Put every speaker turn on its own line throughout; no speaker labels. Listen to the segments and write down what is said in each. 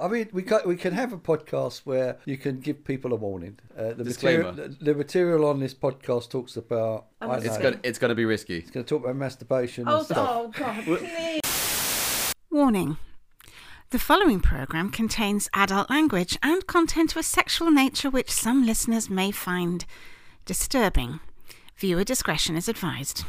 I mean, we can we can have a podcast where you can give people a warning. Uh, the
Disclaimer.
Material, the, the material on this podcast talks about.
I'm
I
not
know,
It's
Okay.
gonna it's gonna be risky.
It's going to talk about masturbation
Oh,
and stuff.
oh God, please.
Warning The following program contains adult language and content of a sexual nature which some listeners may find disturbing. Viewer discretion is advised.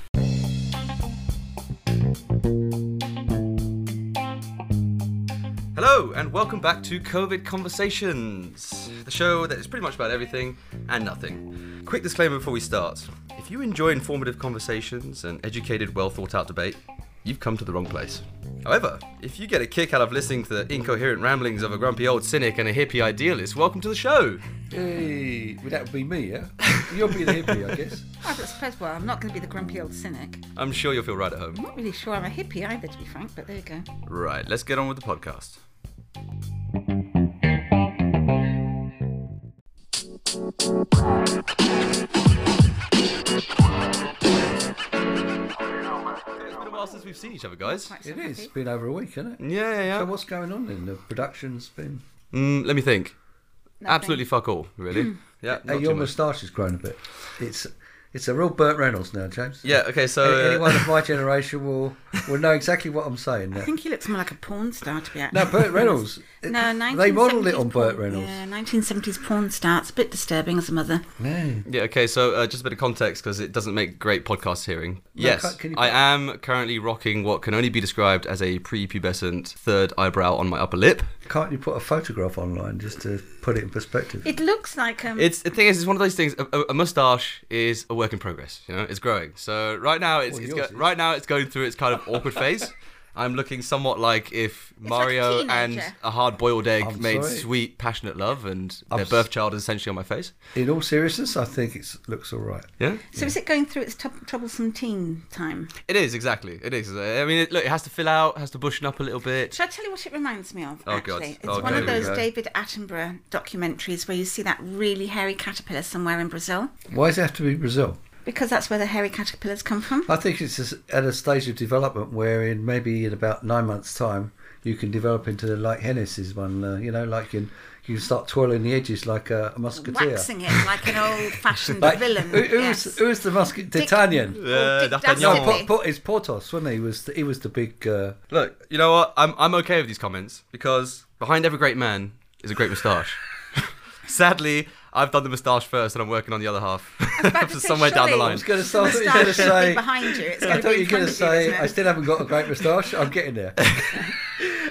Hello, and welcome back to COVID Conversations, the show that is pretty much about everything and nothing. Quick disclaimer before we start if you enjoy informative conversations and educated, well thought out debate, you've come to the wrong place. However, if you get a kick out of listening to the incoherent ramblings of a grumpy old cynic and a hippie idealist, welcome to the show.
Hey, well, that would be me, yeah. You'll be the hippie, I guess.
I was surprised, well, I'm not going to be the grumpy old cynic.
I'm sure you'll feel right at
I'm
home.
not really sure I'm a hippie either, to be frank, but there you go.
Right, let's get on with the podcast.
It's been a while since we've seen each other, guys.
Quite
It
so
is. It's
happy.
been over a week, isn't it?
Yeah, yeah,
So
yeah.
what's going on then? The production's been.
Mm, let me think.
Nothing.
Absolutely fuck all, really. yeah,
Hey,
not
your
too much.
moustache has grown a bit. It's it's a real Burt Reynolds now, James.
Yeah, okay, so.
Any-
uh,
Anyone of my generation will will know exactly what I'm saying
I
now.
think he looks more like a porn star, to be honest.
Now, Burt Reynolds.
No, 1970s
They modelled it on Burt
porn-
Reynolds.
Yeah, 1970s porn star. It's a bit disturbing as a mother.
No.
Yeah, okay, so uh, just a bit of context because it doesn't make great podcast hearing. yes,
can- can you-
I am currently rocking what can only be described as a prepubescent third eyebrow on my upper lip.
Can't you put a photograph online just to put it in perspective?
It looks like um,
It's The thing is, it's one of those things, a, a, a mustache is a work in progress, you know, it's growing. So right now it's,
Well,
it's
yours
go-
is.
right now it's going through its kind of awkward phase. I'm looking somewhat like if
a
Mario and
teenager.
a hard boiled egg
I'm
made
sorry.
sweet, passionate love and their
s-
birth child is essentially on my face.
In all seriousness, I think it looks all right.
Yeah?
So is it going through its tub troublesome teen time?
It is, exactly. It is. I mean, it, look, it has to fill out, has to bushen up a little bit.
Shall I tell you what it reminds me of?
Oh,
actually,
God.
it's
Oh,
one of
there we
those
go.
David Attenborough documentaries where you see that really hairy caterpillar somewhere in Brazil
Why does it have to be Brazil?
because that's where the hairy caterpillars come from.
I think it's just at a stage of development where, in maybe in about nine months' time, you can develop into the like Hennessy's one. Uh, you know, like in, you can start twirling the edges like a, a musketeer.
Waxing it like an old-fashioned
Like,
villain.
Who, who
yes.
was, who was the musket? D'Artagnan.
Yeah,
Or Dick
D'Artagnan.
No,
Dastardly.
Po- Po- it's Portos, wasn't he? He was the, he was the big. Uh,
Look, you know what? I'm, I'm okay with these comments because behind every great man is a great moustache. Sadly, I've done the moustache first and I'm working on the other half.
was about to
So
say,
somewhere down the
surely-
I
line.
was going to say. I thought you were going
Moustache
to
should be
say.
behind you. It's
I
going to
thought
be
you
in
were going
front
to
of you,
say
isn't
I
it?
still haven't got a great moustache. I'm getting there.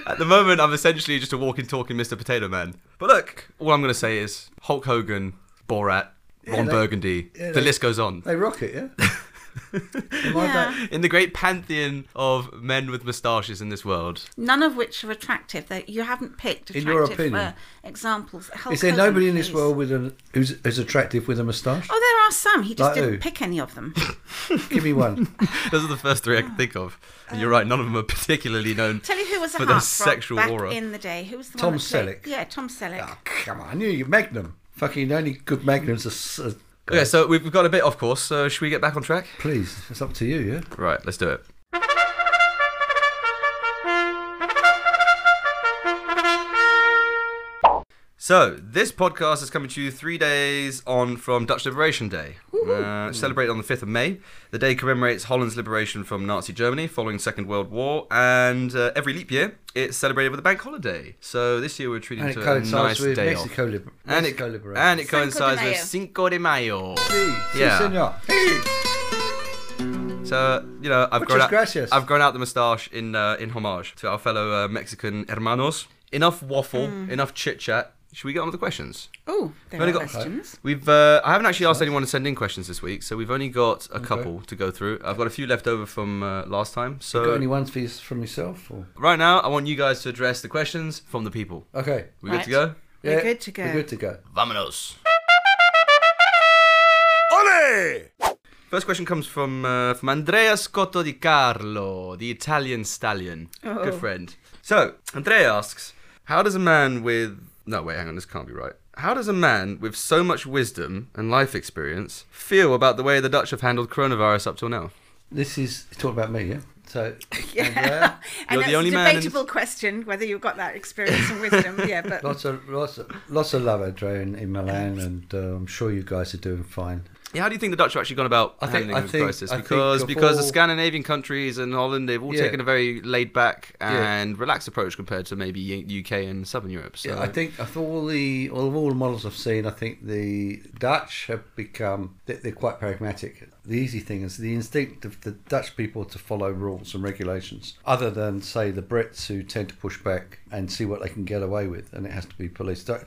At the moment, I'm essentially just a walking, talking Mr. Potato Man. But look, all I'm going to say is Hulk Hogan, Borat, Ron
they-
Burgundy,
yeah,
the
they-
list goes on.
They rock it, yeah. Am I
Yeah.
that-
In the great pantheon of men with moustaches in this world,
None of which are attractive. That you haven't picked.
In your
attractive,
opinion.
uh, examples. Hulk
Is there
Hogan,
nobody in this
please.
world with an who's, who's attractive with a moustache?
Oh, there are some. He just
Like
didn't
who?
pick any of them.
Give me one.
those are the first three I can think of. And you're right, none of them are particularly known.
Tell you who was a
For their
heartthrob
sexual
back
aura.
in the day. Who was the
Tom
one that played-
Selleck.
Yeah, Tom Selleck.
Ah, come on, I knew you Magnum. Fucking only good Magnums are. s- are
Okay, so we've got a bit off course, so should we get back on track?
Please, it's up to you, yeah.
Right, let's do it. So, this podcast is coming to you three days on from Dutch Liberation Day, uh, celebrated on the 5th of May. The day commemorates Holland's liberation from Nazi Germany following Second World War, and uh, every leap year it's celebrated with a bank holiday. So, this year we're treating
And it
to a
coincides
nice
with
day
Mexico,
off.
Liber-
and it,
Mexico Liberation.
and it
Cinco de
coincides with
Mayo.
Cinco de Mayo.
Si,
Yeah.
senor.
So you know, I've
Muchas
grown out.
gracias.
I've grown out the moustache in uh, in homage to our fellow uh, Mexican hermanos. Enough waffle. Enough chit chat. Should we get on with the questions?
Oh, there
We've
are
only got-
questions.
We've uh, I haven't actually asked anyone to send in questions this week, so we've only got a couple to go through. I've got a few left over from uh, last time.
Got
So
any ones for you, from yourself? Or?
right now, I want you guys to address the questions from the people.
Okay.
We good to
Right.
go?
We're good to go.
We're good to go.
Vamonos. First question comes from uh, from Andrea Scotto di Carlo, the Italian stallion, good friend. So Andrea asks, "How does a man with no wait, hang on, this can't be right. How does a man with so much wisdom and life experience feel about the way the Dutch have handled coronavirus up till now?"
This is talk about me, yeah. So, uh,
Yeah.
Andrea,
and
You're
that's
the only
a
man in-
debatable question whether you've got that experience and wisdom. Yeah, but
lots of lots of, lots of love, Andrea, in, in Milan, and uh, I'm sure you guys are doing fine.
Yeah, how do you think the Dutch have actually gone about
I think-
handling
I
the
think-
crisis?
I think
Because
of
because the
all-
Scandinavian countries and Holland they've all
Yeah.
taken a very laid back
Yeah.
and relaxed approach compared to maybe y- UK and Southern Europe. So
Yeah, I think of all the all of all the models I've seen, I think the Dutch have become they- they're quite pragmatic. The easy thing is the instinct of the Dutch people to follow rules and regulations, other than say the Brits who tend to push back and see what they can get away with, and it has to be policed. I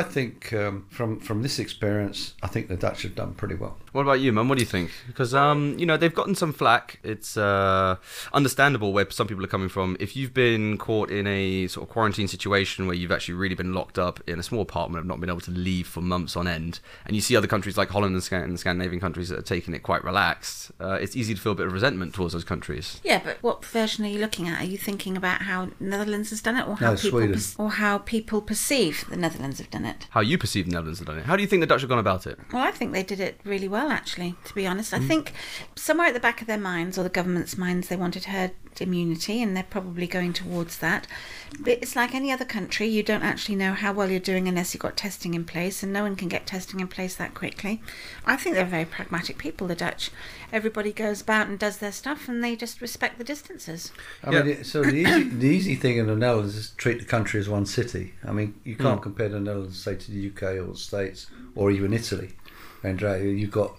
I think um, from from this experience, I think the Dutch have done pretty well.
What about you, man? What do you think? Because um, you know, they've gotten some flack. It's uh, understandable where some people are coming from. If you've been caught in a sort of quarantine situation where you've actually really been locked up in a small apartment and not been able to leave for months on end, and you see other countries like Holland and, Scan- and Scandinavian countries that are taking it quite relaxed, uh, it's easy to feel a bit of resentment towards those countries.
yeah, but what version are you looking at? Are you thinking about how Netherlands has done it, or how
No,
people
Sweden.
perce- or how people perceive the Netherlands have done it?
How you perceive the Netherlands have done it? How do you think the Dutch have gone about it?
Well, I think they did it really well, actually, to be honest. I think somewhere at the back of their minds, or the government's minds, they wanted herd immunity, and they're probably going towards that. But it's like any other country, you don't actually know how well you're doing unless you've got testing in place, and no one can get testing in place that quickly. I think they're very pragmatic people, the Dutch. Everybody goes about and does their stuff, and they just respect the distances.
I
Yeah.
mean, it- so the easy, the easy thing in the Netherlands is treat the country as one city. I mean, you can't
Mm.
compare the Netherlands, say, to the UK or the States or even Italy. Andrea, you've got,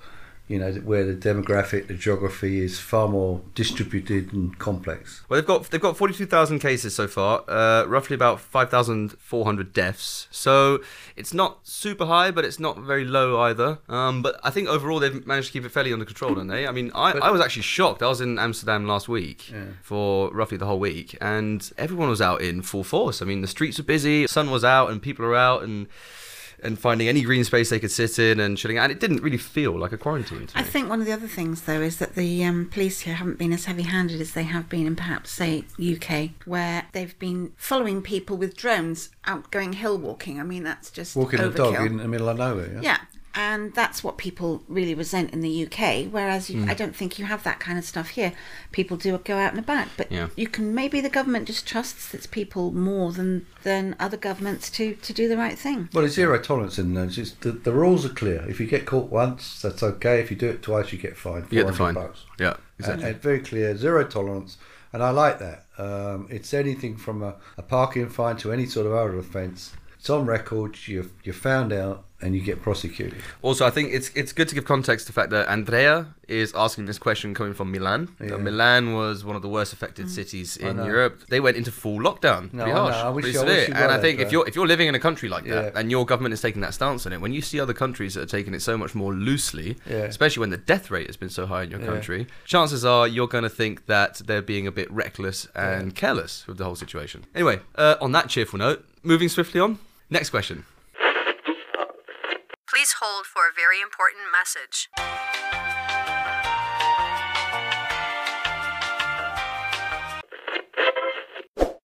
you know, where the demographic, the geography is far more distributed and complex.
Well, they've got they've got forty two thousand cases so far, uh, roughly about five thousand four hundred deaths. So it's not super high, but it's not very low either. Um, but I think overall they've managed to keep it fairly under control, haven't they? I mean, I, I was actually shocked. I was in Amsterdam last week for roughly the whole week, and everyone was out in full force. I mean, the streets were busy, the sun was out, and people are out and. And finding any green space they could sit in and chilling, out. and it didn't really feel like a quarantine. To
I
me.
think one of the other things, though, is that the um, police here haven't been as heavy handed as they have been in perhaps, say, UK, where they've been following people with drones out going hill walking. I mean, that's just
Walking
overkill.
a dog in uh, the middle of nowhere. Yeah.
Yeah. And that's what people really resent in the UK, whereas
Hmm.
you, I don't think you have that kind of stuff here. People do go out and about, but
Yeah.
you can maybe the government just trusts its people more than, than other governments to, to do the right thing.
Well, it's zero tolerance in the Netherlands. It's the, the rules are clear. If you get caught once, that's okay. If you do it twice, you get fined.
You get the
400
fine.
bucks.
Yeah, exactly.
Uh, uh, very clear, zero tolerance, and I like that. Um, it's anything from a, a parking fine to any sort of other offence. It's on record. You're you're found out, and you get prosecuted.
Also, I think it's it's good to give context to the fact that Andrea is asking this question coming from Milan. That
Yeah.
Milan was one of the worst affected cities in
know.
Europe. They went into full lockdown.
No,
pretty
I know.
harsh,
I wish-
pretty
I wish
severe.
you
and
were
I think
there,
if you're if you're living in a country like that
Yeah.
and your government is taking that stance on it, when you see other countries that are taking it so much more loosely,
Yeah.
especially when the death rate has been so high in your
Yeah.
country, chances are you're going to think that they're being a bit reckless and careless with the whole situation. Anyway, uh, on that cheerful note, moving swiftly on. Next question.
Please hold for a very important message.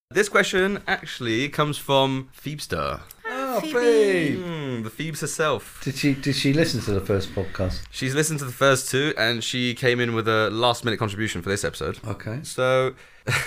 This question actually comes from Phoebster.
Oh,
Phoebe.
Phoebe.
Mm, the Phoebes herself.
Did she did she listen to the first podcast?
She's listened to the first two and she came in with a last minute contribution for this episode.
Okay.
So,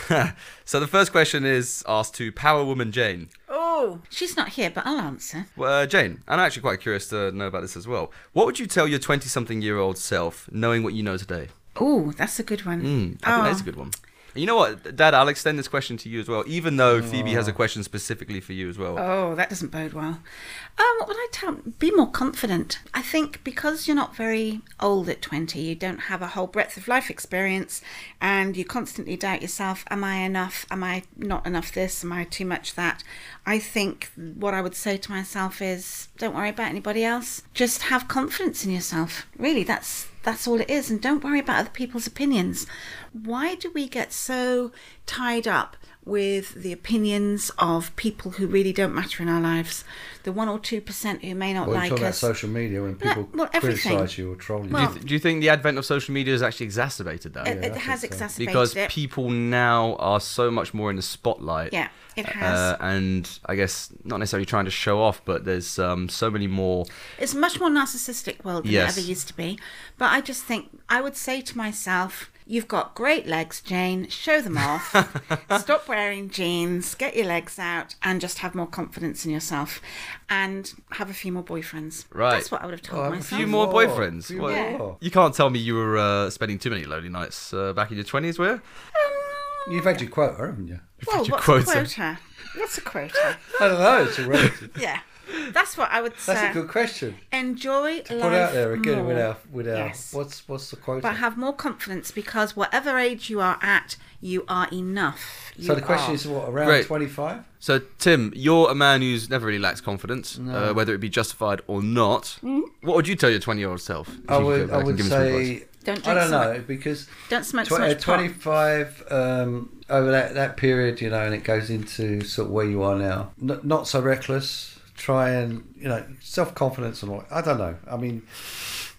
so the first question is asked to Power Woman Jane.
Oh, she's not here, but I'll answer.
Well, uh, Jane, and I'm actually quite curious to know about this as well. What would you tell your 20 something year old self knowing what you know today?
Oh, that's a good one.
Hmm.
Mm, I think
Oh.
that's a good one. And You know what, Dad? I'll extend this question to you as well, even though Phoebe has a question specifically for you as well.
Oh, that doesn't bode well. Um, what would I tell? Be more confident. I think because you're not very old at 20, you don't have a whole breadth of life experience, and you constantly doubt yourself Am I enough? Am I not enough this? Am I too much that? I think what I would say to myself is don't worry about anybody else. Just have confidence in yourself. Really, that's that's all it is. And don't worry about other people's opinions. Why do we get so tied up with the opinions of people who really don't matter in our lives? The one or two percent who may not
Well, you're
like
talking about
us.
social media when people
well, everything.
criticise you or troll you.
do,
Well-
you th- do you think the advent of social media has actually exacerbated that?
it, it
I
has
think so.
exacerbated
because
it.
people now are so much more in the spotlight.
Yeah, it has.
Uh, and I guess not necessarily trying to show off, but there's um, so many more.
It's a much more narcissistic world than
Yes.
it ever used to be. But I just think I would say to myself, You've got great legs, Jane. Show them off. Stop wearing jeans, get your legs out, and just have more confidence in yourself and have a few more boyfriends.
Right.
That's what I would have told
Oh, have a
myself.
few more
More,
boyfriends.
few
Well,
more.
You can't tell me you were uh, spending too many lonely nights uh, back in your twenties, were? you?
You've had your quota, haven't you?
Um, Well,
your
what's
quota.
a quota? What's a quota?
I don't know. It's a relative.
yeah. That's what I would say.
That's a good question.
Enjoy life
Put out there again
more,
with our with our
Yes.
what's what's the quota?
but have more confidence because whatever age you are at, you are enough. You
so the question
are.
is what around
Great.
twenty five?
So, Tim, you're a man who's never really lacks confidence, uh, whether it be justified or not.
Mm-hmm.
What would you tell your 20 year old self? if
I
you could go
would
back
I
and
would
give him some advice?
say
Don't drink
I don't
so
know because
Don't smoke so
tw- uh,
much pot.
twenty five um, over that that period you know and it goes into sort of where you are now. N- not so reckless. Try and you know self confidence and all. I don't know. I mean.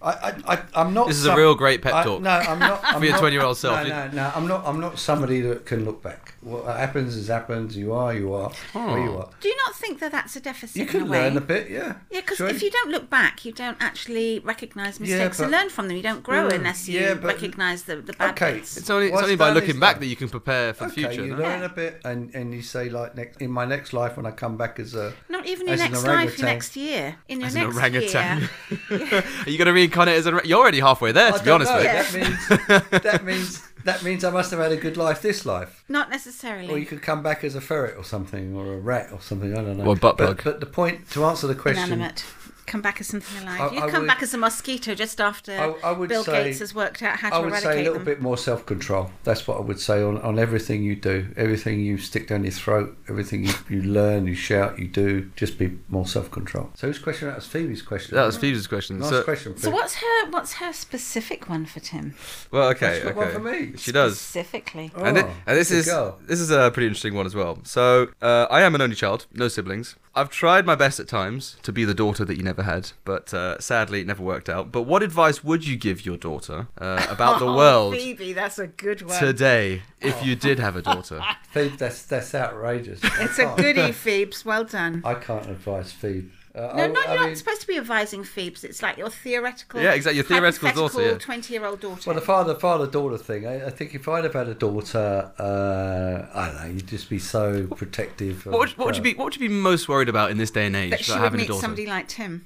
I, I, I, I'm not.
This is a
some-
real great pep
I-
talk.
no, I'm not. I'm
your
not-
20-year-old self.
No, no, no. I'm not. I'm not somebody that can look back. What happens is happens. You are. You are.
Oh.
Where you are.
Do you not think that that's a deficit?
You
in
can
a way?
learn a bit. Yeah.
Yeah, because
Sure.
if you don't look back, you don't actually recognise mistakes and
but-
learn from them. You don't grow
Mm,
unless you
yeah, but-
recognise the, the bad
Okay,
bits.
It's only, it's
What's
only by
done
looking
is
back
done.
that you can prepare for the
okay,
future.
you
no?
learn a bit, and and you say like next in my next life when I come back as a
Not even your
as an
next life, your
orangutan.
next year. In your
As an
next
orangutan.
year.
Are you going to reincarnate as a. You're already halfway there,
I
to be
don't
honest
know,
with
Yeah.
you.
That means that means that means I must have had a good life this life.
Not necessarily.
Or you could come back as a ferret or something, or a rat or something. I don't know.
Or a butt plug.
but, but the point to answer the question.
Inanimate. Come back as something alive.
I-
you
I
come
would-
back as a mosquito just after
I- I would
Bill
say-
Gates has worked out how to
I would
eradicate
say a little
them.
bit more self control. That's what I would say on, on everything you do, everything you stick down your throat, everything you, you learn, you shout, you do. Just be more self control. So whose question? That was Phoebe's question.
That was Phoebe's question.
nice
so,
question. Phoebe.
So what's her what's her specific one for Tim?
Well, okay.
She's got
okay.
one for me.
She does.
Specifically.
Oh,
and, thi- and this
good
is
girl.
this is a pretty interesting one as well. So uh, I am an only child, no siblings. I've tried my best at times to be the daughter that you never had, but uh, sadly it never worked out. But what advice would you give your daughter uh, about
Oh,
the world
Phoebe, that's a good one.
today if you did have a daughter?
Phoebe, that's that's outrageous.
It's a goodie, Phoebes. Well done.
I can't advise Phoebe. Uh,
No,
I-
not
I
you're
mean-
not supposed to be advising Phoebes. It's like your theoretical.
Yeah, exactly, your theoretical daughter, yeah.
Twenty-year-old daughter.
Well, the father, father, daughter thing. I, I think if I'd have had a daughter, uh, I don't know, you'd just be so protective.
What would, what would you be What would you be most worried about in this day and age
that she
about
would
having a
meet
daughter?
somebody like Tim.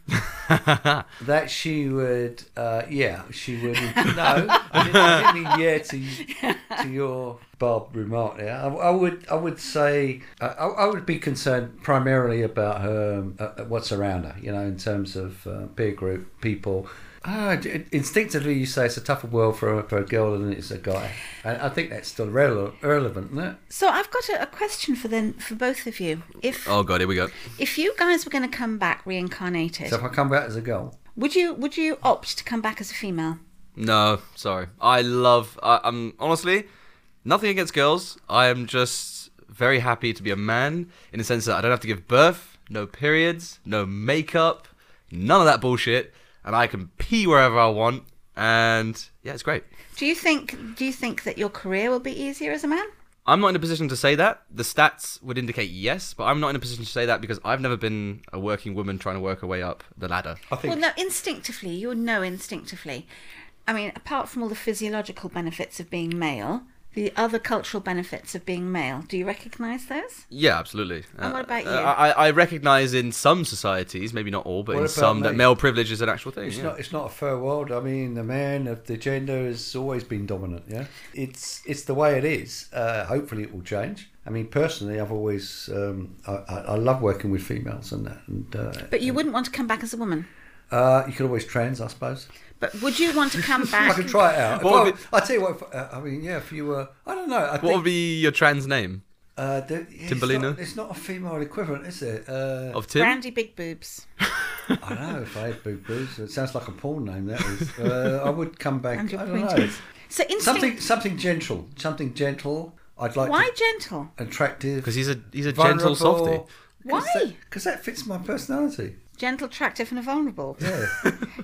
That she would, uh, yeah, she would. no, I didn't, I didn't mean yeah to, to your Bob remark there. I, I would, I would say, I, I would be concerned primarily about her, um, uh, what's around her, you know, in terms of uh, peer group, people. Ah, d- instinctively, you say it's a tougher world for a, for a girl than it is a guy, and I think that's still rele- relevant, isn't it?
So I've got a, a question for then for both of you. If
Oh god, here we go.
if you guys were going to come back reincarnated,
So if I come back as a girl,
would you would you opt to come back as a female?
No, sorry. I love. I, I'm honestly nothing against girls. I am just very happy to be a man in the sense that I don't have to give birth, no periods, no makeup, none of that bullshit, and I can pee wherever I want. And yeah, it's great.
Do you think do you think that your career will be easier as a man?
I'm not in a position to say that. The stats would indicate yes, but I'm not in a position to say that because I've never been a working woman trying to work her way up the ladder.
I think.
Well, no, instinctively, you would know instinctively. I mean, apart from all the physiological benefits of being male, the other cultural benefits of being male. Do you recognise those?
Yeah, absolutely. Uh,
And what about you?
I, I recognize in some societies, maybe not all, but
What
in
about
some, that
me?
male privilege is an actual thing.
It's
yeah.
not. It's not a fair world. I mean, the man of the gender has always been dominant. Yeah, it's it's the way it is. Uh, hopefully, it will change. I mean, personally, I've always um, I, I, I love working with females and that. And uh,
But you wouldn't want to come back as a woman.
uh, you could always trans, I suppose.
But would you want to come
I
back?
could try it out.
What
Well,
would be-
I tell you what. If, uh, I mean, yeah. If you were, I don't know. I
What
think,
would be your trans name
uh, the, yeah, it's
Timberlina?
not- It's not, a female equivalent, is it? Uh,
of Tim?
Brandy big boobs
I don't know if I had big boobs. It sounds like a porn name. That is. Uh, I would come back.
and your
I don't know.
pointers. So instinct.
Something something gentle. Something gentle. I'd like
why
to
gentle?
attractive.
Because he's a he's a gentle softy.
Why?
Because that, fits my personality.
Gentle, attractive, and vulnerable.
Yeah.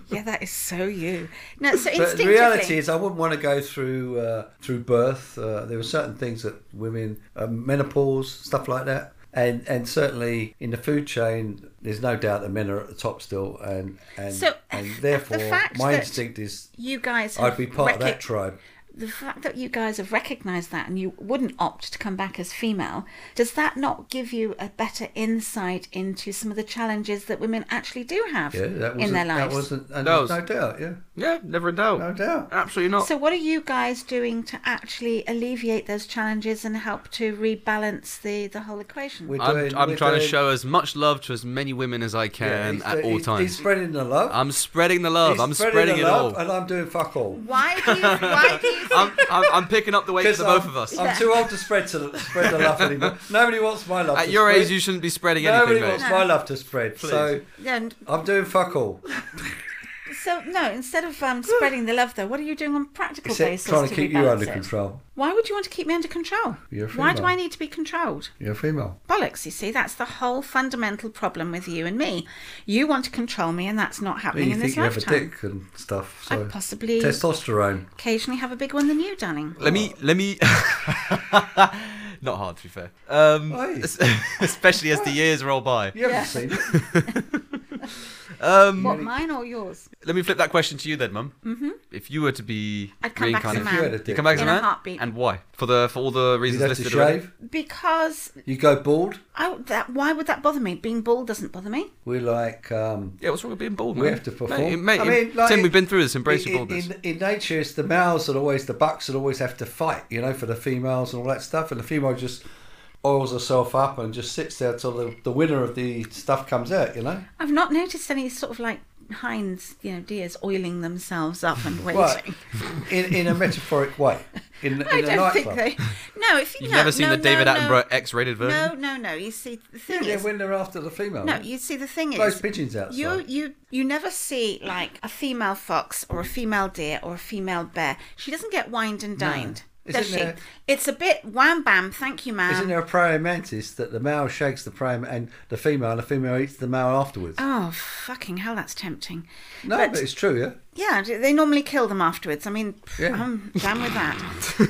Yeah, that is so you. No, so
but
instinctively.
the reality is, I wouldn't want to go through uh, through birth. Uh, there are certain things that women, uh, menopause, stuff like that. And, and certainly in the food chain, there's no doubt that men are at the top still, and and,
So, uh,
and
the
therefore
fact
my
that
instinct is
you guys.
I'd
have
be part of
recog-
that tribe.
the fact that you guys have recognised that and you wouldn't opt to come back as female, does that not give you a better insight into some of the challenges that women actually do have
Yeah, that was
in their
That
lives?
wasn't, and
That
there's no
was-
doubt. Yeah,
Yeah, never in doubt.
no doubt.
Absolutely not.
So, what are you guys doing to actually alleviate those challenges and help to rebalance the, the whole equation?
We're
I'm,
doing-
I'm
we're
trying to
doing-
show as much love to as many women as I
Yeah,
can
he's-
at all
he's- He's
times.
spreading the love.
I'm spreading the love.
He's
I'm spreading
the
it
love,
all.
and I'm doing fuck all.
why do you, why do you
Um,
I'm, I'm, I'm picking up the weight for
Because
the
I'm-
both of us.
I'm too old to spread to spread the love anymore. Nobody wants my love.
At
to
your
spread.
age, you shouldn't be spreading
Nobody
anything, mate.
wants my love to spread. So
no,
I'm doing fuck all.
so no, instead of um, spreading the love, though, what are you doing on a practical
Except
basis
trying to keep you
rebalance
under
it?
control.
Why would you want to keep me under control?
You're a
why do
female.
I need to be controlled?
You're a female.
Bollocks, you see, that's the whole fundamental problem with you and me. You want to control me, and that's not happening
You
in
think
this
you have a
lifetime.
dick and stuff.
I
So
possibly
testosterone.
occasionally have a bigger one than you, darling.
Let me, let me. Not hard to be fair. Um,
Hey.
es- especially as the years roll by.
You haven't seen it.
Um,
What, mine or yours?
Let me flip that question to you then, Mum. Mm-hmm. If you were to be
I'd come back as a
reincarnated,
If you had a dick,
man.
you come back as a
In a
man,
heartbeat.
and why? For the for all the
You'd
reasons
have to
listed already.
shave.
Because
You go bald.
I, that, why would that bother me? Being bald doesn't bother me.
We're like um,
Yeah, what's wrong with being bald?
we
man?
have to perform.
Mate, mate,
I mean, like,
Tim, we've been through this. Embrace
in,
your baldness.
In, in nature, it's the males that always, the bucks that always have to fight, you know, for the females and all that stuff. And the female just oils herself up and just sits there till the, the winner of the stuff comes out, you know.
I've not noticed any sort of like hinds, you know, deers oiling themselves up and waiting.
But in, in a metaphoric way. In, in
I
a
don't think
nightclub.
they. No, if you
You've
no,
never seen
no,
the David
no,
Attenborough X-rated
No,
version.
no, no, no. You see, the
Yeah,
thing
yeah,
is,
when they're after the female.
no. You see, the thing
Those
is,
pigeons outside.
you you you never see like a female fox or a female deer or a female bear. She doesn't get wined and dined,
Isn't
does she?
there-
It's a bit wham bam. Thank you, ma'am.
Isn't there a praying mantis that the male shakes the praying and the female, and the female eats the male afterwards?
Um,
Oh fucking hell, that's tempting.
no,
but-
but, it's true, yeah.
Yeah, they normally kill them afterwards. I mean,
Yeah.
I'm down with that.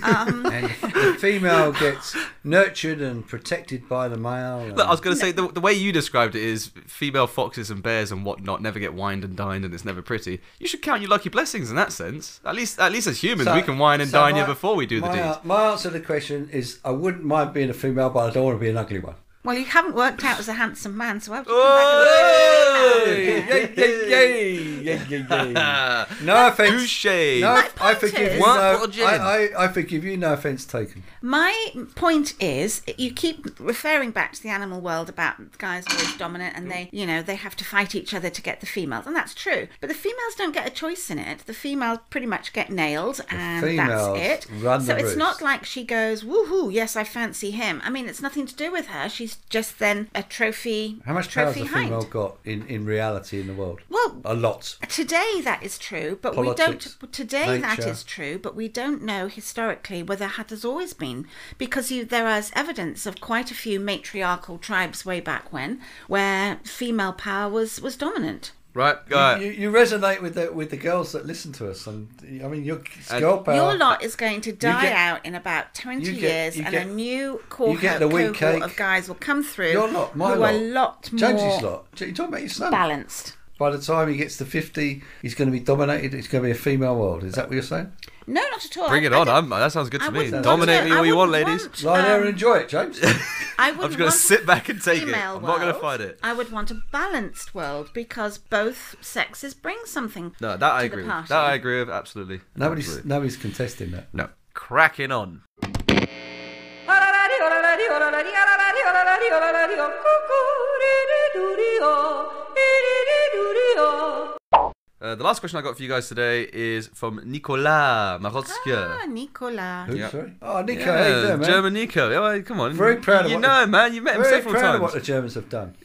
Um,
And the female gets nurtured and protected by the male. and-
Look, I was going to say the, the way you described it is female foxes and bears and whatnot never get wined and dined and it's never pretty. You should count your lucky blessings in that sense. At least, at least as humans,
So-
we can wine and
so
dine you
my-
before we do the
my, uh,
deed.
My answer to the question is I wouldn't mind being a female, but I don't want to be an ugly one.
well, you haven't worked out as a handsome man, so I have to come back. and-
No offense.
Touche.
No,
My
I
point
forgive
is-
you. No,
What bottle gin?
I, I, I forgive you. No offense taken.
My point is, you keep referring back to the animal world about guys are always dominant and they, you know, they have to fight each other to get the females, and that's true. But the females don't get a choice in it. The females pretty much get nailed, and
females
that's it.
run
so
the
it's not
roost.
like she goes, "Woohoo! Yes, I fancy him." I mean, it's nothing to do with her. She's just then a trophy.
How much power has
trophy
a
hind.
female got in, in reality in the world?
Well,
A lot.
Today that is true, but
Politics,
we don't. Today that
nature.
is true, but we don't know historically whether that has always been, because you, there is evidence of quite a few matriarchal tribes way back when, where female power was was dominant.
Right, uh,
You, you resonate with the with the girls that listen to us, and I mean, your it's
And-
girl power.
Your lot is going to die
get-
out in about twenty
you get-
years,
you
and
get-
a new cohort,
get the wheat
cohort
cake.
of guys will come through.
your lot, my
who
lot,
are a lot more
James's lot. You're talking about your son.
balanced.
By the time he gets to fifty, he's going to be dominated. It's going to be a female world. Is that what you're saying?
No, not at all.
bring it
I
on.
don't-
I'm, that sounds good
I
to me.
wouldn't want
Dominate
to-
me
I
all you want,
wouldn't
ladies.
want,
Lie there
um,
and enjoy it, James.
I would
I'm just gonna
want
sit
a
back and take it.
female
I'm not gonna
world.
fight it.
I would want a balanced world because both sexes bring something.
No, that I
to the
agree with.
party.
That I agree with, absolutely.
nobody's
Absolutely.
nobody's contesting that.
No. Cracking on. Uh, the last question I got for you guys today is from Nicolas Marotskier.
Ah, Nicola.
Who,
Yeah.
sorry? Oh, Nico, how you doing, man?
German Nico. Yeah, well, come on.
Very proud of
you
what
know,
the-
man. You've met him
Very
several
proud
times.
of what the Germans have done.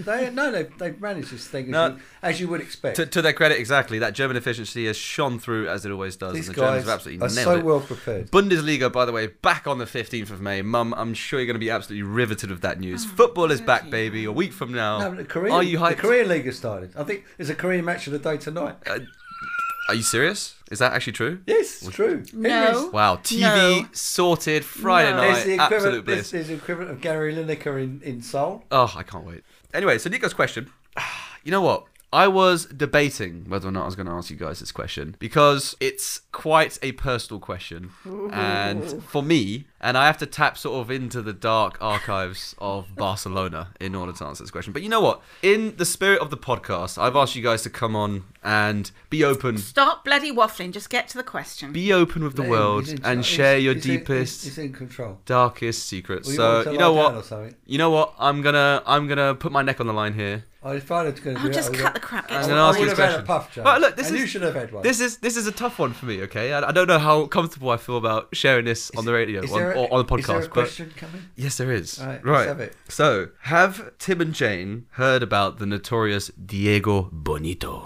they no, they've, they've managed this thing as,
No.
you, as you would expect.
to, to their credit, exactly. That German efficiency has shone through as it always does.
These
and the Germans
guys
have absolutely
are
nailed
so
it.
well prepared.
Bundesliga, by the way, back on the 15th of May. Mum, I'm sure you're going to be absolutely riveted with that news.
Oh,
Football is back, baby. A week from now.
No, but the Korean,
are you hyped? Uh,
The Korean League has started. I think there's a Korean match of the day tonight.
Are you serious? Is that actually true?
Yes, it's true.
No.
Wow. TV
No.
sorted Friday
No.
There's
night.
the,
Absolute
equivalent,
bliss.
there's, there's the equivalent of Gary Lineker in, in Seoul.
Oh, I can't wait. Anyway, so Nico's question. You know what? I was debating whether or not I was going to ask you guys this question because it's quite a personal question. And for me, and I have to tap sort of into the dark archives of Barcelona in order to answer this question. But you know what? In the spirit of the podcast, I've asked you guys to come on and be open.
Stop bloody waffling. Just get to the question.
Be open with the
Let him-
world
he's in
and
charge.
share
He's-
your
he's in-
deepest,
he's in control.
darkest secrets.
Well, you want him
so
to
you know
lie down or
what?
something?
You know what? I'm gonna I'm gonna put my neck on the line here.
Oh, if I was going to
oh,
do
just
that, I
cut the
would-
crap.
I'm
It's
gonna ask you
I
this
would've had
question.
a puff jam.
But look, this
And
is
you should have had one.
This is this is a tough one for me. Okay, I, I don't know how comfortable I feel about sharing this on the radio
Is
on,
there a-
or on the podcast.
Is there a
but
question coming?
yes, there is.
All right, let's have it.
So, have Tim and Jane heard about the notorious Diego Bonito?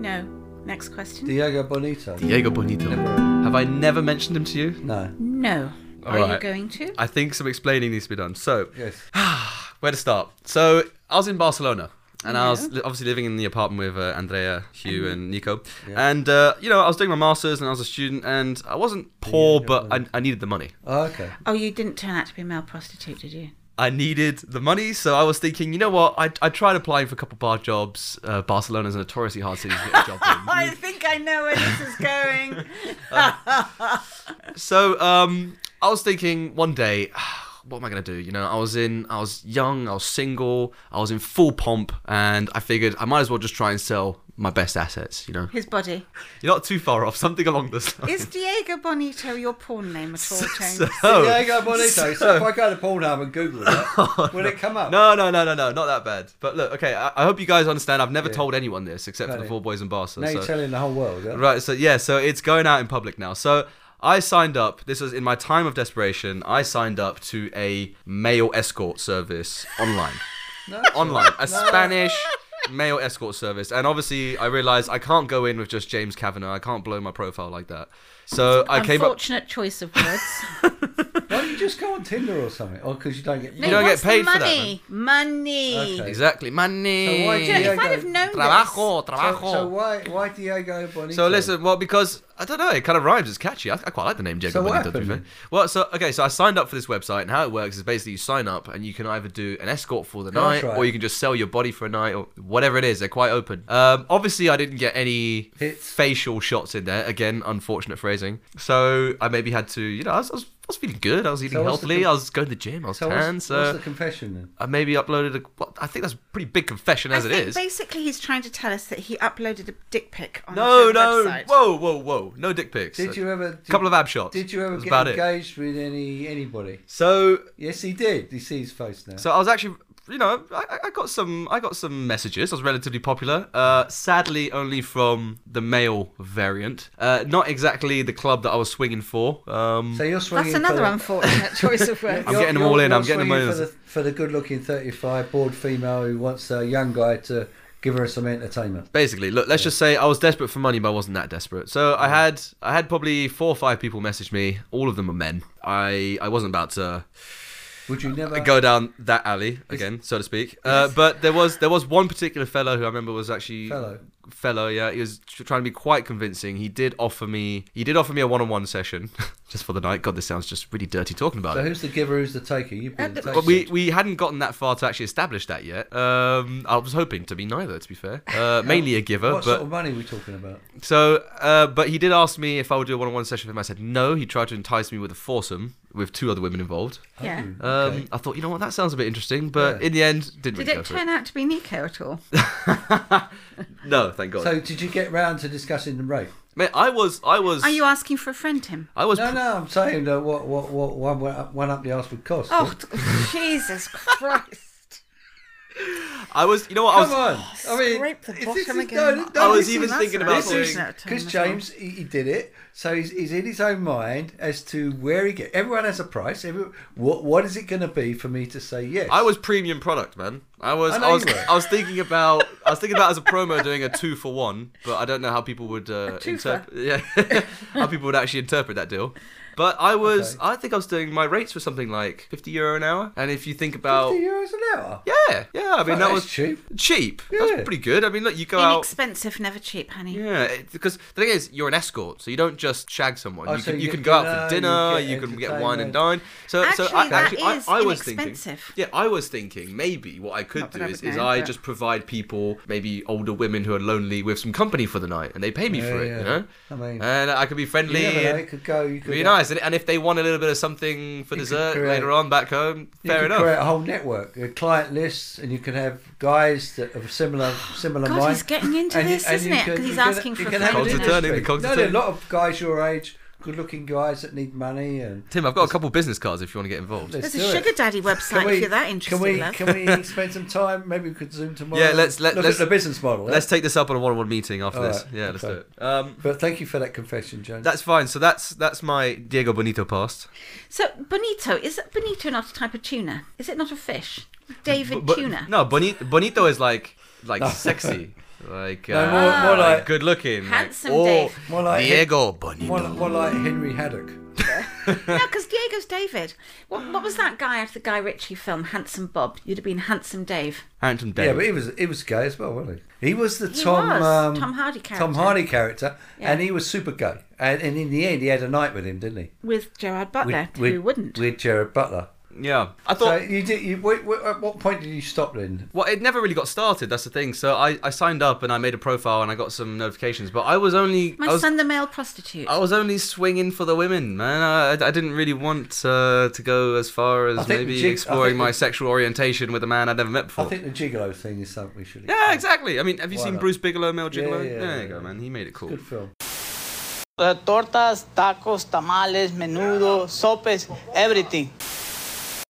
No. Next question.
Diego Bonito.
Diego Bonito.
Never-
Have I never mentioned him to you?
No.
no. Are you
Alright.
going to?
I think some explaining needs to be done. So,
Yes.
where to start? So I was in Barcelona. And I was li- obviously living in the apartment with uh, Andrea, Hugh, and Nico. And, uh, you know, I was doing my master's and I was a student and I wasn't poor, but I, I needed the money.
Oh, okay.
Oh, you didn't turn out to be a male prostitute, did you?
I needed the money, so I was thinking, you know what? I, I tried applying for a couple bar jobs. Uh, Barcelona's a notoriously hard city to get a job in.
I think I know where this is going.
So um, I was thinking one day, what am I gonna do? You know, I was in, I was young, I was single, I was in full pomp, and I figured I might as well just try and sell my best assets. You know,
His body.
you're not too far off. Something along this line.
Is Diego Bonito your porn name at all, James?
Oh.
Diego Bonito. So, if I go to Pornhub and Google it, will it come up?
Oh, No, no, no, no, no, not that bad. But look, okay, I, I hope you guys understand. I've never told anyone this except for
Got
the
it.
four boys in Barcelona.
Now you're telling the whole world. Yeah?
Right, so yeah, so it's going out in public now. So I signed up. This was in my time of desperation. I signed up to a male escort service online. online, a Spanish male escort service. And obviously, I realized I can't go in with just James Kavanaugh. I can't blow my profile like that. So I came up.
Unfortunate choice of words.
Why don't you just go on Tinder or something? Or because you don't get
You don't
what's
get paid
the
for that,
money? Money.
Okay.
Exactly, money.
So why
Yeah,
Yeah,
if I'd
go-
have known
Trabajo,
So,
trabajo.
so why why Diego Bonito?
So listen, well, because I don't know, it kind of rhymes. It's catchy. I, I quite like the name Jacob
So what
Bonito. to be
happened?
fair. Well, so okay, so I signed up for this website, and how it works is basically you sign up, and you can either do an escort for the
That's
night,
right.
or you can just sell your body for a night, or whatever it is. They're quite open. Um, obviously, I didn't get any
Hits.
facial shots in there. Again, unfortunate phrasing. So I maybe had to, you know, I was, I was, I was feeling good. I was eating
So what's the
healthily.
con-
I was going to the gym. I was
So what's,
tan. so
what's the confession then?
I maybe uploaded a. Well, I think that's a pretty big confession as
I
it
think
is.
Basically, he's trying to tell us that he uploaded a dick pic on
No,
the
no.
website.
Whoa, whoa, whoa. No dick pics.
Did you ever? Did,
couple of ab shots.
Did you ever
That's
get
about it.
engaged with any anybody?
So,
Yes, he did. You see his face now.
so I was actually, you know, I, I- I got some, I got some messages. I was relatively popular. Uh, sadly, only from the male variant. Uh, not exactly the club that I was swinging for. Um,
So you're swinging.
That's
for
another
the-
unfortunate choice of words.
I'm
you're-
getting them
you're-
all in,
you're
I'm getting them
swinging
all in.
For the, for the good-looking 35 bored female who wants a young guy to give her some entertainment.
Basically, look, let's just say I was desperate for money, but I wasn't that desperate. So I had, I had probably four or five people message me. All of them were men. I, I wasn't about to
Would you never?
go down that alley again, so to speak. Uh, but there was there was one particular fellow who I remember was actually
Fellow.
fellow, yeah, he was tr- trying to be quite convincing. He did offer me he did offer me a one on one session just for the night. God, this sounds just really dirty talking about
So
it.
who's the giver? Who's the taker? You've been the taker.
But we, we hadn't gotten that far to actually establish that yet. Um, I was hoping to be neither, to be fair. Uh, mainly a giver,
what
but
sort of money are we talking about?
so, uh, but he did ask me if I would do a one-on-one session with him. I said no. He tried to entice me with a foursome with two other women involved.
yeah.
Um, I thought, you know what, that sounds a bit interesting, but in the end, didn't
Did
really go
it
for it.
turn out to be Nico at all?
No, thank God.
So did you get round to discussing the rape?
Mate, I was, I was,
Are you asking for a friend, Tim?
I was.
No, no, I'm saying that what what what one went up, one up the arse would cost.
Oh, t- Jesus Christ.
I was. You know what?
come
I was.
on! I mean,
oh, Scrape the
is
bottom
this-
again.
no, no,
I was
this is-
even thinking about
this is
doing-
because James he, he did it, so he's, he's in his own mind as to where he get. Everyone has a price. Every, what what is it going to be for me to say yes?
I was premium product, man. I was.
I
I,
know
was.
you were.
I was thinking about. I was thinking about as a promo doing a two for one, but I don't know how people would uh,
twofer.
interpret. Yeah, how people would actually interpret that deal. But I was,
Okay.
I think I was doing my rates were something like 50 euro an hour. And if you think about,
50 euros an hour.
yeah, yeah, I mean that
that's
was
cheap.
Cheap.
Yeah.
That's pretty good. I mean, look, you go out.
Inexpensive, never cheap, honey.
Yeah, it- because the thing is, you're an escort, so you don't just shag someone.
Oh,
you
so
can,
you
you can
get
go out for
dinner,
dinner,
you
you
get
can get wine and dine.
entertainment.
So, so I,
Actually, that
actually, I,
is
I was thinking,
inexpensive.
yeah, I was thinking maybe what I could
Not that
do
I
is,
would
is
know,
I
but-
just provide people, maybe older women who are lonely, with some company for the night, and they pay me
Yeah,
for it,
yeah.
you know.
I mean-
and I could be
You
friendly.
never know,
and-
it could go. You
It'd
could
be
uh,
nice, and, and if they want a little bit of something for
You could
dessert
create-
later on back home,
You
fair
could
enough.
create a whole network, a client list, and you could have guys that are similar, similar
God,
mind.
he's getting into
And you-
this,
and
isn't
you
it?
could-
Because
you
he's
could-
asking
you
for
could
a
have an
Cogs are
friend.
turning,
industry.
the cogs are
No, there are a
turning.
lot of guys your age, good-looking guys that need money, and
Tim, I've got a couple business cards if you want to get involved.
let's
There's a
do
sugar
it.
daddy
Can
website
we-
if you're that
Can
interested,
we
love.
can we spend some time? Maybe we could zoom tomorrow.
Yeah, let's- let-
look
let's-
at the business model.
Let's
eh?
take this up on a one-on-one meeting after
All
this.
right,
Yeah, let's
okay.
do it. Um,
But thank you for that confession, James.
that's fine. So that's that's my Diego Bonito past.
So bonito is bonito not a type of tuna? Is it not a fish? David
But-
tuna.
No, bonito, bonito is like like sexy, like
No,
uh,
more- more like-
good looking, like-
Handsome
or
Dave.
More like-
Diego
more,
Bonito.
more like Henry Haddock.
No, because Diego's David. What, what was that guy out of the Guy Ritchie film, Handsome Bob? You'd have been Handsome Dave.
Handsome Dave.
Yeah, but he was he was gay as well, wasn't he? He was the
He
Tom
was,
Um,
Tom Hardy
Tom
character.
Hardy character,
Yeah.
and he was super gay. And, and in the end, he had a night with him, didn't he?
With Gerard
With,
Butler,
with,
who wouldn't?
With Jared Butler.
yeah, I thought
So you did. You, wait, wait, at what point did you stop then?
Well, it never really got started. That's the thing. So I, I signed up and I made a profile and I got some notifications, but I was only
My
I was,
son, the male prostitute.
I was only swinging for the women, man. I, I didn't really want uh, to go as far
I
as
think the
maybe
jig- I
exploring
think
my
the-
sexual orientation with a man I'd never met
I
before.
think the gigolo thing is something we should.
yeah, exactly. I mean, have you
Why
seen
not?
Bruce Bigelow, Mel Gigolo?
yeah,
there
yeah.
you go, man. He made it cool.
Good film.
Uh, tortas, tacos, tamales, menudo, sopes, everything.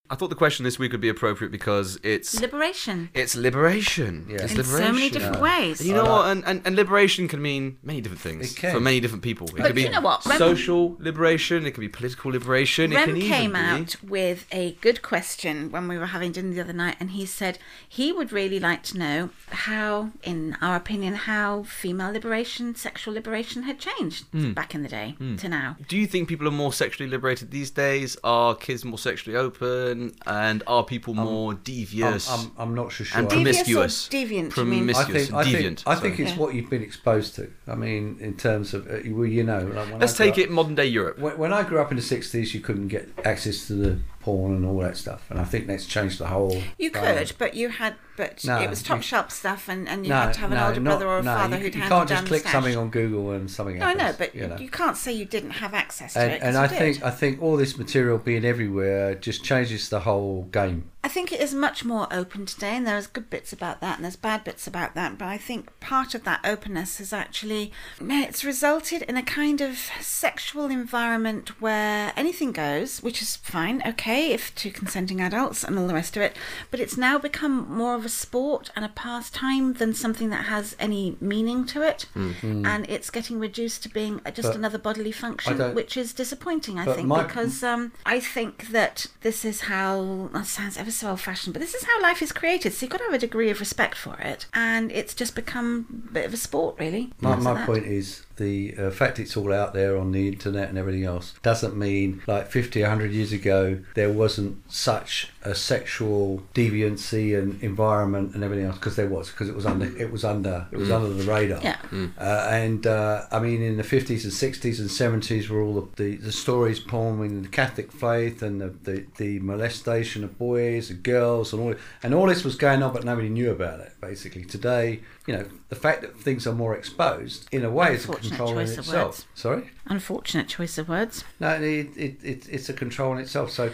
I thought the question this week would be appropriate because it's
Liberation.
it's liberation.
Yeah.
It's
In
liberation.
so many different ways.
You know what? And, and, and liberation can mean many different things
It can.
for many different people. It
But
could be
you know what? Rem-
social liberation. It could be political liberation. it
Rem
can even
came
be.
out with a good question when we were having dinner the other night, and he said he would really like to know how, in our opinion, how female liberation, sexual liberation had changed
Hmm.
back in the day to now.
Do you think people are more sexually liberated these days? Are kids more sexually open? And are people
Um,
more devious?
I'm, I'm, I'm not so sure.
And
I-
Devious or
promiscuous.
deviant, you mean?
um, I
Promiscuous.
think, I think,
deviant.
I think
sorry.
it's what you've been exposed to. I mean, in terms of, uh, well, you know. Like when
Let's
I grew
take
up-
it modern day Europe.
When, when I grew up in the 60s, you couldn't get access to the porn and all that stuff. And I think that's changed the whole.
You
dialogue.
could, but you had, but
No,
it was
you-
top shelf stuff, and, and you had to have an older
not-
brother or a
no,
father
you,
who'd
you
handed
can't
down
just
the
click
stash.
something on Google and something
No, I
happens.
know, but
you
you,
know.
you can't say you didn't have access to
and,
it. 'cause
and
you
I
did.
think I think all this material being everywhere just changes the whole game.
I think it is much more open today, and there's good bits about that, and there's bad bits about that. But I think part of that openness has actually it's resulted in a kind of sexual environment where anything goes, which is fine, okay, if two consenting adults and all the rest of it. But it's now become more of a sport and a pastime than something that has any meaning to it, and it's getting reduced to being just
Mm-hmm. But
another bodily function,
don't-
which is disappointing. I
but
think
my-
because because, um, I think that this is how that sounds ever so old fashioned, but this is how life is created. So you've got to have a degree of respect for it, and it's just become a bit of a sport, really.
My,
So
my
that-
point is the uh, fact it's all out there on the internet and everything else doesn't mean like 50, 100 years ago there wasn't such a sexual deviancy and environment and everything else because there was because it was under it was under it was under the radar.
Yeah.
Uh, and uh, I mean in the 50s and 60s and 70s were all the, the, the stories pouring the Catholic faith and the, the, the molestation of boys and girls and all and all this was going on but nobody knew about it basically. Today, you know, the fact that things are more exposed in a way is a
Unfortunate
control in
choice of
itself.
words.
Sorry?
Unfortunate choice of words.
No, it, it, it, it's a control in itself. So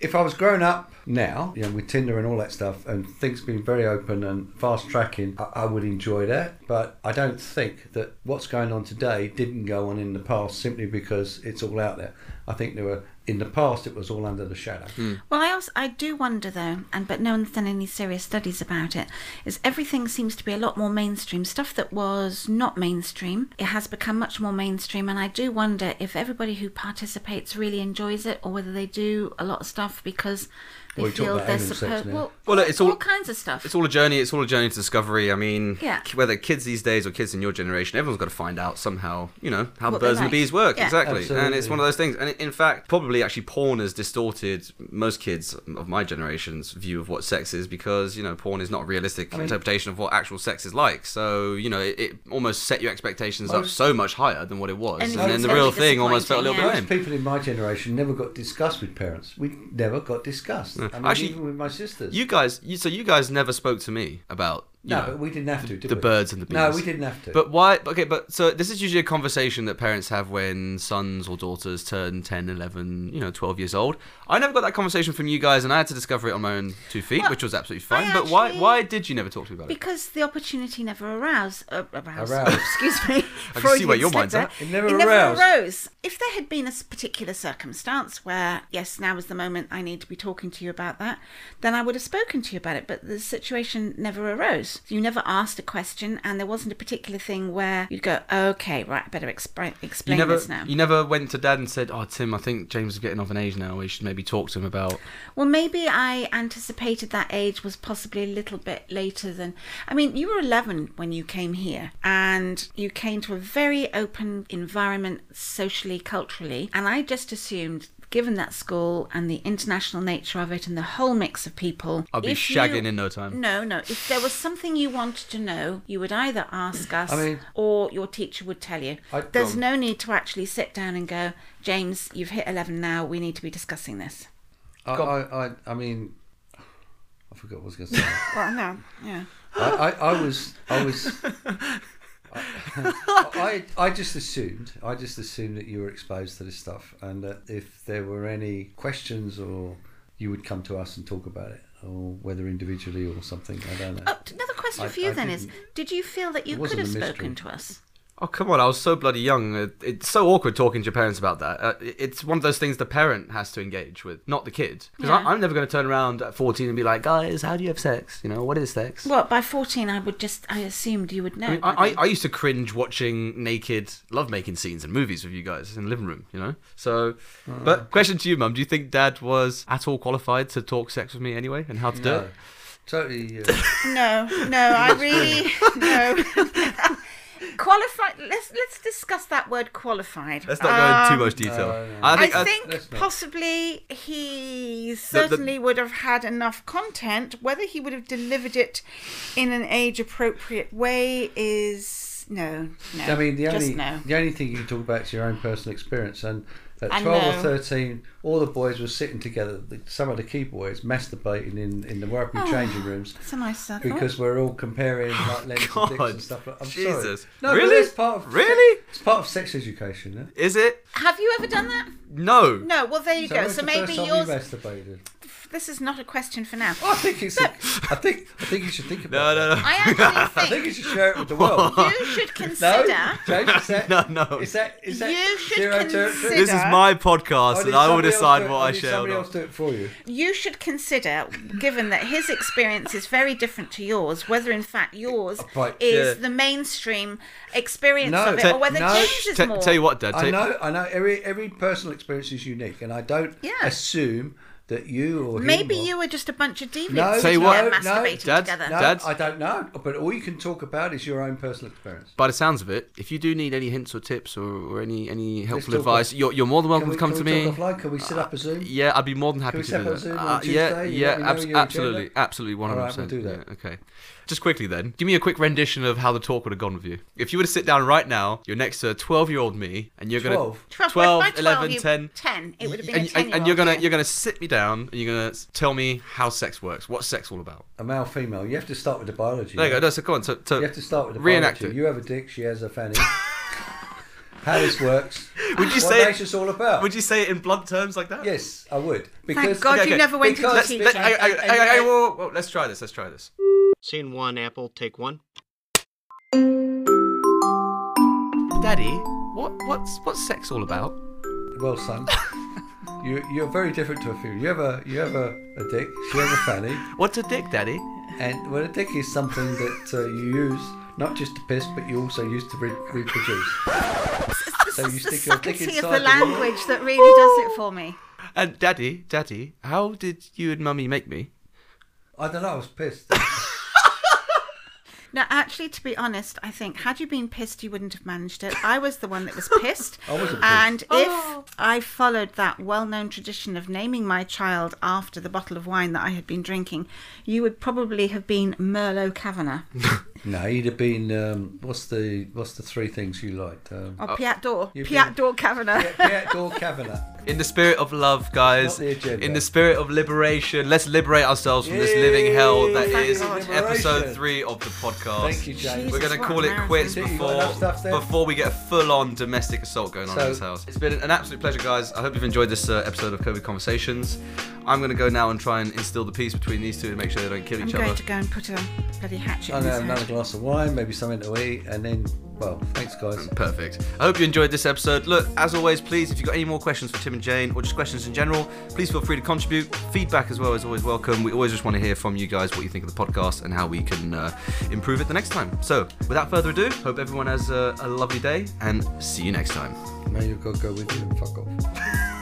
if I was grown up now, you know, with Tinder and all that stuff, and things being very open and fast tracking, I, I would enjoy that. But I don't think that what's going on today didn't go on in the past simply because it's all out there. I think there were, in the past, it was all under the shadow.
Hmm.
Well, I also I do wonder though, and but no one's done any serious studies about it. Is everything seems to be a lot more mainstream stuff that was not mainstream. It has become much more mainstream, and I do wonder if everybody who participates really enjoys it, or whether they do a lot of stuff because They
Well, you talk
feel
about
they're
anal sex
supposed.
now.
Well,
Well, look,
all,
it's all-
all kinds of stuff.
It's all a journey. It's all a journey to discovery. I mean,
Yeah.
k- whether kids these days or kids in your generation, everyone's got to find out somehow. You know how
What
the
they
birds and the
like.
bees work
Yeah.
exactly, and it's
Absolutely.
one of those things. And in fact, probably actually, porn has distorted most kids of my generation's view of what sex is because you know porn is not a realistic interpretation of what actual sex is like. So you know it, it almost set your expectations up so much higher than what it was, and,
And it's
then the
totally
real thing almost felt a little
disappointing,
bit
yeah.
Most
lame.
people in my generation never got discussed with parents. We never got discussed. I mean,
Hmm. Actually,
even with my sisters.
You guys, you, so you guys never spoke to me about you
no,
know,
but we didn't have to. Did
the
we?
birds and the bees.
No, we didn't have to.
But why? Okay, but so this is usually a conversation that parents have when sons or daughters turn 10, 11, you know, 12 years old. I never got that conversation from you guys, and I had to discover it on my own two feet,
Well,
which was absolutely
I
fine. but why?
actually-
Why did you never talk to me about it?
because the opportunity never aroused. Uh, aroused.
Aroused.
Excuse me.
I can see
Freudian
where your
slip
mind's
there.
at.
It never
never
aroused.
arose. If there had been a s- particular circumstance where, yes, now is the moment I need to be talking to you about that, then I would have spoken to you about it. But the situation never arose. You never asked a question, and there wasn't a particular thing where you'd go, okay, right, I better expri-
You
explain
never,
this now.
you never went to dad and said, "Oh, Tim, I think James is getting of an age now. We should maybe talk to him about."
Well, maybe I anticipated that age was possibly a little bit later than. I mean, you were 11 when you came here, and you came to a very open environment socially, culturally, and I just assumed. Given that school and the international nature of it and the whole mix of people,
I'll be
if
shagging in no time.
No, no. If there was something you wanted to know, you would either ask us
I mean-
or your teacher would tell you.
I'd
There's
um,
gone-
no need to actually sit down and go, James, you've hit 11 now. We need to be discussing this.
I, I, I, I mean, I forgot what I was going to say.
Well, no, yeah.
I, I, I was, I was, I, I, I just assumed, I just assumed that you were exposed to this stuff, and that if there were any questions, or you would come to us and talk about it, or whether individually or something. I don't know.
Oh, t- another question
I-
for you
I
then is:
didn't-
Did you feel that you
It
could
wasn't
have
a mystery.
spoken to us?
Oh come on! I was so bloody young. It- It's so awkward talking to your parents about that. Uh, it- It's one of those things the parent has to engage with, not the kid. Because
Yeah.
I'm never going to turn around at 14 and be like, "Guys, how do you have sex? You know, what is sex?"
Well, by fourteen, I would just—I assumed you would know.
I, mean, I, I, I used to cringe watching naked lovemaking scenes in movies with you guys in the living room, you know? So, but question to you, Mum. Do you think Dad was at all qualified to talk sex with me anyway and how to do
No,
it?
totally. Uh,
no, no, I really no. qualified. Let's let's discuss that word qualified.
Let's not go into too
Um,
much detail.
I think,
I
uh,
think
let's not.
possibly he certainly would have had enough content. Whether he would have delivered it in an age-appropriate way is no, no.
I mean, the
just
only
no.
the only thing you can talk about is your own personal experience. And at
I
twelve
know.
or thirteen, all the boys were sitting together. The, some of the key boys masturbating in in the working
Ah.
changing rooms.
It's a nice uh, thought.
Because we're all comparing like lengths and dicks
Oh, God.
and stuff. Like, I'm
Jesus.
sorry. No, but
Really?
It's part of
Really?
It's part of sex education. Yeah?
Is it?
Have you ever done that?
No.
No. Well, there you
So
go.
when's
So
the
maybe
first time
yours.
You masturbated.
This is not a question for now.
I think it's. A, I think. I think you should think
No,
about.
no,
that.
no.
I
I think
actually
you
think
should share it with the world.
you should consider.
James, is that,
No, no.
Is that is that
You should
zero to-
consider-
This is my podcast,
Or Oh, did
and
somebody
I will
else do
decide
it-
what
or
I
did
share or
Somebody
not.
else do it for you.
You should consider, given that his experience is very different to yours, whether in fact yours
Right,
is
yeah.
the mainstream experience
Oh, No,
of it,
te-
or whether
no,
James is
T-
more.
tell you what, Dad. Tell
I
you-
know, I know. Every every personal experience is unique, and I don't
Yeah.
assume that you or him
Maybe
or-
you were just a bunch of deviants
No,
Tell you
sitting there
what,
no,
masturbating
Dad,
together.
No,
Dad?
I don't know. But all you can talk about is your own personal experience.
By the sounds of it, if you do need any hints or tips or, or any any helpful
talk
advice,
off-
you're, you're more than welcome
Can we,
to come
can
to
we
me. Uh,
Talk offline? Can we set up a Zoom?
Yeah, I'd be more than happy
we
to
set
do
up
that.
Zoon on
Uh, yeah,
Tuesday? You
yeah,
let me know
abs-
your
absolutely,
agenda?
absolutely, one hundred
right, we'll
percent.
do that.
Okay. Just quickly then, give me a quick rendition of how the talk would have gone with you. If you were to sit down right now, you're next to a 12-year-old me, and you're gonna
12?
12,
12,
by 12,
11,
you-
10.
10, it would have been a
and, and, and
10-year-old,
you're gonna
yeah.
you're gonna sit me down and you're gonna s- tell me how sex works, what sex all about.
A male, female. You have to start with the biology.
There you go. No, so come on. So, so
You have to start with the
reenact
biology.
it.
You have a dick. She has a fanny. How this works?
Would you
what
say-
nation's all about?
Would you say it in blunt terms like that?
Yes, I would. Because
Thank God
Okay,
you
okay.
never went to the
Because-
teacher.
Let, I, I,
And-
I, I,
and-
whoa, whoa, whoa, let's try this. Let's try this.
Scene one, Apple, take one.
Daddy, what what's what's sex all about?
Well, son, you you're very different to a female. You have a you have a, a dick. She has a fanny,
What's a dick, Daddy?
and well, a dick is something that uh, you use not just to piss, but you also use to re- reproduce.
This
So you
is the
stick your dick
subtlety of
inside
the
the wall.
language that really does it for me.
And daddy, daddy, how did you and mummy make me?
I don't know. I was pissed.
No, actually, to be honest, I think had you been pissed, you wouldn't have managed it. I was the one that was pissed. I
wasn't pissed.
And if I followed that well known tradition of naming my child after the bottle of wine that I had been drinking, you would probably have been Merlot Kavanagh
no, he'd have been. Um, what's the What's the three things you liked? Um,
or Piat d'Or.
You've
Piat d'Or Kavanagh.
Pierre Door Kavanagh.
In the spirit of love, guys.
Not the agenda.
in the spirit of liberation, let's liberate ourselves from this living hell that
Thank
is
God.
episode
Liberation.
three of the podcast.
Thank you, James.
We're gonna
That's
call
what
it
Americans
quits
do. You got
before
enough stuff there?
before we get a full-on domestic assault going on
So-
in this house. It's been an absolute pleasure, guys. I hope you've enjoyed this uh, episode of COVID Conversations. I'm gonna go now and try and instill the peace between these two to make sure they don't kill
I'm
each
going
other.
to go and put a bloody hatchet
I'm gonna have
in his
Oh, another
head.
glass of wine, maybe something to eat, and then, well, thanks, guys.
Perfect. I hope you enjoyed this episode. Look, as always, please, if you've got any more questions for Tim and Jane or just questions in general, please feel free to contribute. Feedback as well is always welcome. We always just want to hear from you guys what you think of the podcast and how we can uh, improve it the next time. So, without further ado, hope everyone has a, a lovely day and see you next time.
May your God go with you and fuck off.